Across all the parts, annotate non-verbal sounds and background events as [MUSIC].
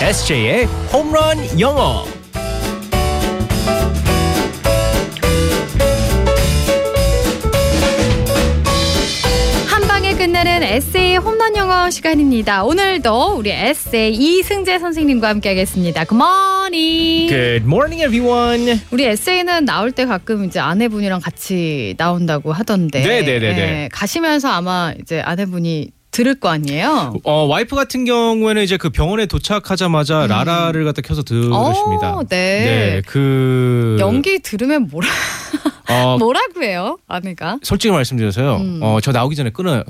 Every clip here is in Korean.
SJ의 홈런 영어. 한 방에 끝나는 에세이 홈런 영어 시간입니다. 오늘도 우리 에세이 이승재 선생님과 함께하겠습니다. Good morning. Good morning, everyone. 우리 에세이는 나올 때 가끔 이제 아내분이랑 같이 나온다고 하던데. 네네네네. 예, 가시면서 아마 이제 아내분이 들을 거 아니에요. 어 와이프 같은 경우에는 이제 그 병원에 도착하자마자 라라를 갖다 켜서 들으십니다. 오, 음. 네. 네, 그 연기 들으면 뭐라 어, 뭐라고 해요 아내가? 솔직히 말씀드려서요. 음. 어, 저 나오기 전에 끊어요.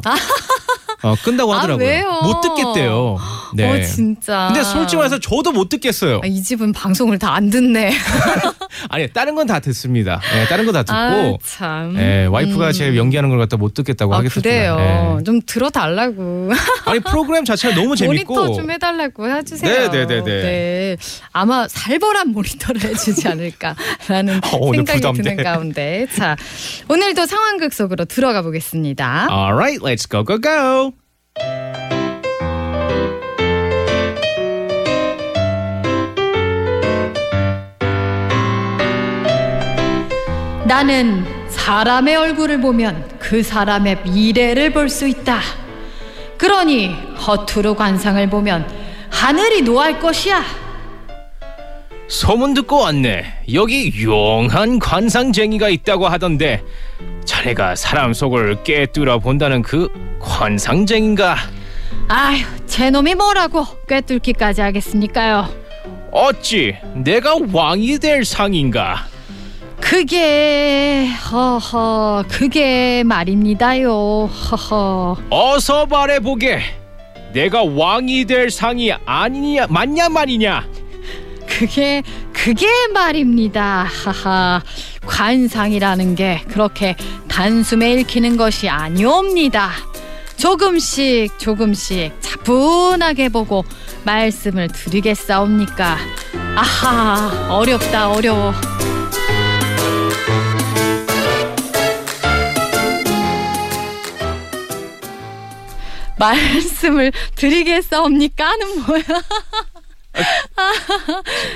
어, 끈다고 아, 하더라고요. 왜요? 못 듣겠대요. 어, 진짜. 근데 솔직히 말해서 저도 못 네. 듣겠어요. 아, 이 집은 방송을 다 안 듣네. 아니, 다른 건 다 듣습니다. 예, 다른 건 다 아 듣고. 참. 예, 와이프가 음. 제 연기하는 걸 갖다 못 듣겠다고 아뭐 하겠습니다. 그래요. 예. 좀 들어달라고. 아니, 프로그램 자체가 [LAUGHS] 너무 재밌고. 모니터 좀 해달라고 네, 해주세요. 네, 네, 네. 네. 아마 살벌한 모니터를 [LAUGHS] 해주지 않을까라는 어, 오늘 생각이 부담돼. 드는 가운데 자 오늘도 상황극 속으로 들어가 보겠습니다. Alright, let's go, go, go. 나는 사람의 얼굴을 보면 그 사람의 미래를 볼 수 있다. 그러니 허투루 관상을 보면 하늘이 노할 것이야. 소문 듣고 왔네. 여기 용한 관상쟁이가 있다고 하던데 자네가 사람 속을 깨뚫어 본다는 그 관상쟁인가? 아휴, 제놈이 뭐라고 꿰뚫기까지 하겠습니까요? 어찌 내가 왕이 될 상인가? 그게 허허 그게 말입니다요 허허 어서 말해 보게. 내가 왕이 될 상이 아니냐 맞냐 말이냐? 그게 그게 말입니다 하하 관상이라는 게 그렇게 단숨에 읽히는 것이 아니옵니다 조금씩 조금씩 차분하게 보고 말씀을 드리겠사옵니까 아하 어렵다 어려워 말씀을 드리겠사옵니까 하는 뭐야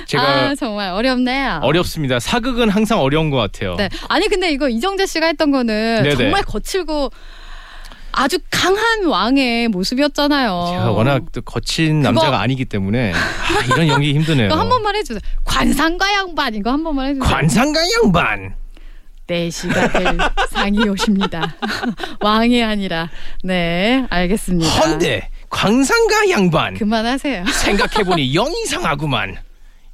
제가 아 정말 어렵네요. 어렵습니다. 사극은 항상 어려운 것 같아요. 네. 아니 근데 이거 이정재 씨가 했던 거는 그러니까. 네네. 정말 거칠고 아주 강한 왕의 모습이었잖아요. 제가 워낙 또 거친 어. 그거- 남자가 아니기 때문에 아, 이런 연기 힘드네요. 이거 한 번만 해주세요. 관상과 양반 이거 한 번만 해주세요. 관상가 양반. 네 시가 될 상이 오십니다. [LAUGHS] 왕이 아니라 네 알겠습니다. 헌데 관상가 양반. 그만하세요. [LAUGHS] 생각해보니 영 이상하구만.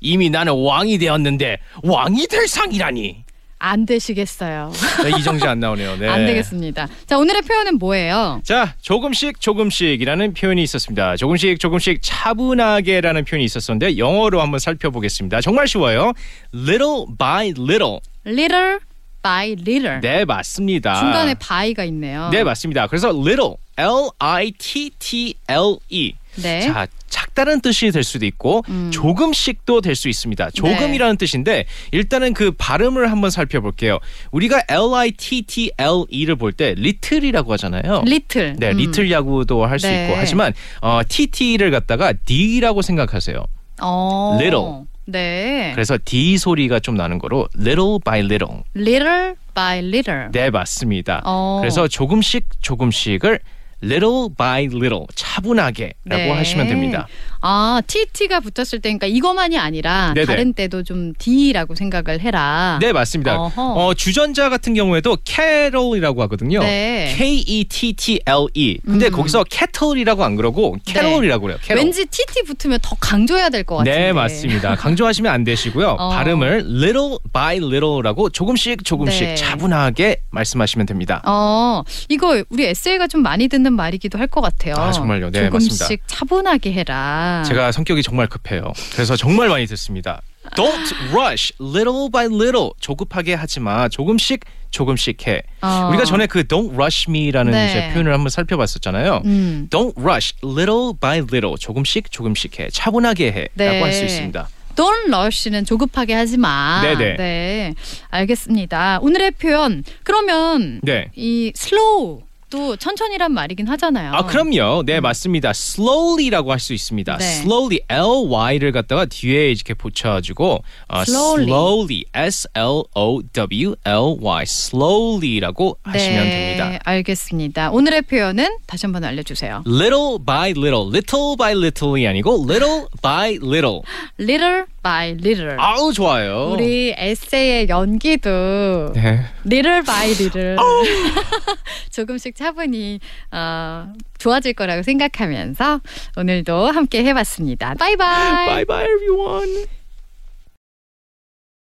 이미 나는 왕이 되었는데 왕이 될 상이라니. 안 되시겠어요. 네, 이정재 안 나오네요. 네. 안 되겠습니다. 자 오늘의 표현은 뭐예요? 자, 조금씩 조금씩이라는 표현이 있었습니다. 조금씩 조금씩 차분하게라는 표현이 있었었는데 영어로 한번 살펴보겠습니다. 정말 쉬워요. Little by little. Little by little. 네, 맞습니다. 중간에 by가 있네요. 네, 맞습니다. 그래서 little, L I T T L E. 네. 음. 자, 작다는 뜻이 될 수도 있고 조금씩도 될 수 네. 있습니다. 조금이라는 뜻인데 일단은 그 발음을 한번 살펴볼게요. 우리가 L I T T L E를 볼 때 리틀이라고 하잖아요. little. 네, 음. 리틀 야구도 할 수 네. 있고 하지만 어, TT를 갖다가 D라고 생각하세요. 어. Little. 네. 그래서 D 소리가 좀 나는 거로 little by little. little by little. 네, 맞습니다. 어. 그래서 조금씩 조금씩을 little by little 차분하게라고 네. 하시면 됩니다. 아, TT가 붙었을 때 그러니까 이거만이 아니라 네네. 다른 때도 좀 D라고 생각을 해라. 네, 맞습니다. 아. 어허. 어, 주전자 같은 경우에도 캐롤이라고 하거든요. 네. K E T T L E. 근데 음. 네. 거기서 캐틀이라고 안 그러고 캐롤이라고 그래요. 캐롤. 왠지 TT 붙으면 더 강조해야 될 것 같은데. 네, 맞습니다. 강조하시면 안 되시고요. 어. 발음을 little by little라고 조금씩 조금씩 네. 차분하게 말씀하시면 됩니다. 어, 이거 우리 에세이가 좀 많이 듣는 말이기도 할 것 같아요. 아, 정말요? 네, 조금씩 맞습니다. 차분하게 해라. 제가 성격이 정말 급해요. 그래서 정말 많이 듣습니다. Don't rush, little by little. 조급하게 하지 마. 조금씩 조금씩 해. 어. 우리가 전에 그 don't rush me라는 네. 이제 표현을 한번 살펴봤었잖아요. 음. Don't rush, little by little. 조금씩 조금씩 해. 차분하게 해라고 네. 할 수 있습니다. Don't rush는 조급하게 하지 마. 네네. 네, 알겠습니다. 오늘의 표현 그러면 네. 이 슬로우 또 천천히란 말이긴 하잖아요. 아 그럼요. 네 맞습니다. slowly라고 할 수 있습니다. 어. 음. 네. slowly l y를 갖다가 뒤에 이렇게 붙여가지고 어, Slowly. slowly s l o w l y slowly라고 하시면 됩니다. 네, 알겠습니다. 오늘의 표현은 다시 한번 알려주세요. little by little, little by little이 아니고 little by little. Little by little. 아우 좋아요. 우리 에세이의 연기도 네. 어. little by little [LAUGHS] 조금씩 차분히 어, 좋아질 거라고 생각하면서 오늘도 함께 해봤습니다. 바이바이. Bye bye everyone.